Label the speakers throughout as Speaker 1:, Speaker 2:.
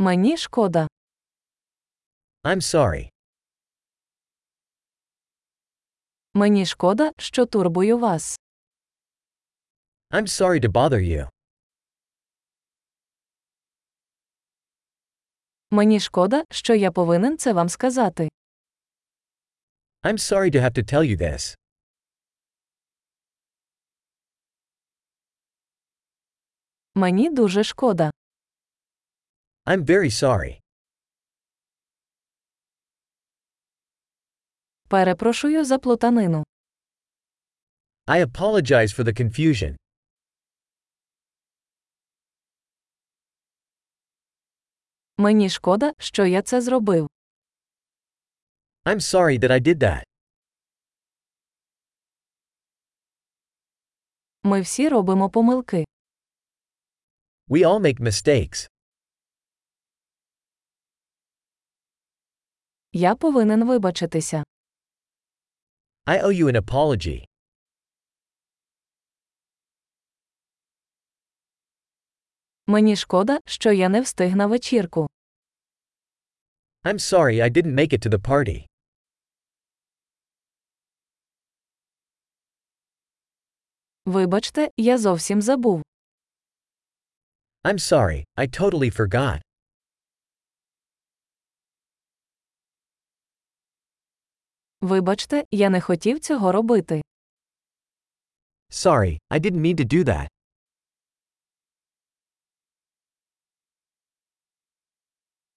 Speaker 1: Мені шкода.
Speaker 2: I'm sorry.
Speaker 1: Мені шкода, що турбую вас.
Speaker 2: I'm sorry to bother you.
Speaker 1: Мені шкода, що я повинен це вам сказати.
Speaker 2: I'm sorry to have to tell you this.
Speaker 1: Мені дуже шкода.
Speaker 2: I'm very sorry.
Speaker 1: Перепрошую за плутанину.
Speaker 2: I apologize for the confusion.
Speaker 1: Мені шкода, що я це зробив.
Speaker 2: I'm sorry that I did that.
Speaker 1: Ми всі робимо помилки.
Speaker 2: We all make mistakes.
Speaker 1: Я повинен вибачитися.
Speaker 2: I owe you an apology.
Speaker 1: Мені шкода, що я не встиг на вечірку.
Speaker 2: I'm sorry I didn't make it to the party.
Speaker 1: Вибачте, я зовсім забув.
Speaker 2: I'm sorry, I totally forgot.
Speaker 1: Вибачте, я не хотів цього робити.
Speaker 2: Sorry, I didn't mean to do that.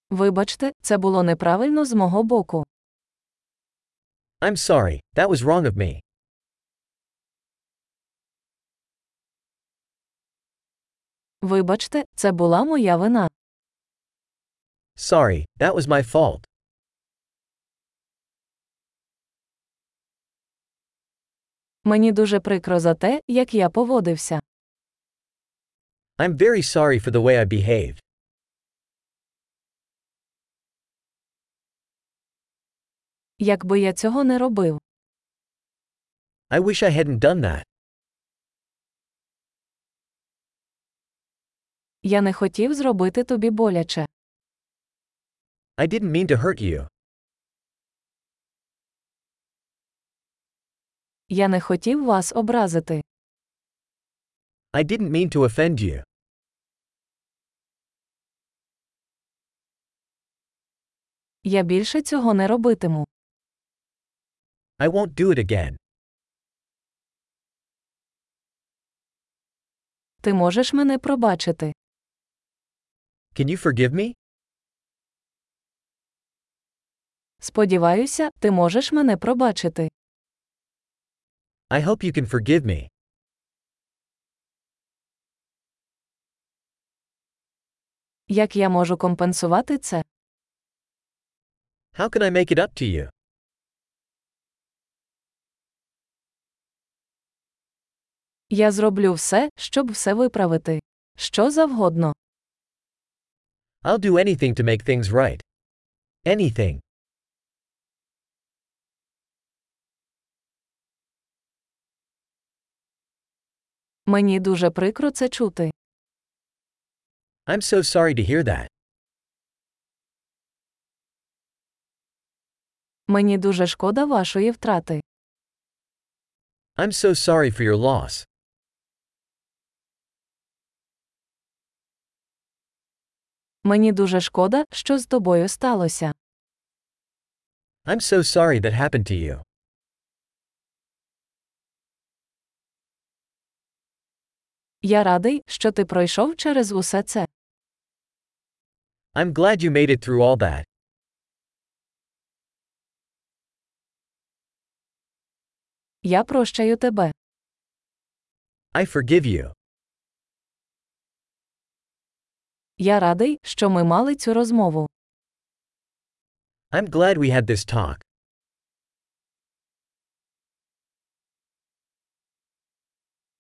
Speaker 1: Вибачте, це було неправильно з мого боку.
Speaker 2: I'm sorry, that was wrong of me.
Speaker 1: Вибачте, це була моя вина.
Speaker 2: Sorry, that was my fault.
Speaker 1: Мені дуже прикро за те, як я поводився.
Speaker 2: I'm very sorry for the way I behaved.
Speaker 1: Якби я цього не робив.
Speaker 2: I wish I hadn't done that.
Speaker 1: Я не хотів зробити тобі боляче.
Speaker 2: I didn't mean to hurt you.
Speaker 1: Я не хотів вас образити.
Speaker 2: I didn't mean to offend you.
Speaker 1: Я більше цього не робитиму.
Speaker 2: I won't do it again.
Speaker 1: Ти можеш мене пробачити.
Speaker 2: Can you forgive me?
Speaker 1: Сподіваюся, ти можеш мене пробачити.
Speaker 2: I hope you can forgive me.
Speaker 1: Як я можу компенсувати це?
Speaker 2: How can I make it up to you?
Speaker 1: Я зроблю все, щоб все виправити. Що завгодно.
Speaker 2: I'll do anything to make things right. Anything.
Speaker 1: Мені дуже прикро це чути.
Speaker 2: I'm so sorry to hear that.
Speaker 1: Мені дуже шкода вашої втрати.
Speaker 2: I'm so sorry for your loss.
Speaker 1: Мені дуже шкода, що з тобою сталося.
Speaker 2: I'm so sorry that happened to you.
Speaker 1: Я радий, що ти пройшов через усе це.
Speaker 2: I'm glad you made it through all that.
Speaker 1: Я прощаю тебе.
Speaker 2: I forgive you.
Speaker 1: Я радий, що ми мали цю розмову.
Speaker 2: I'm glad we had this talk.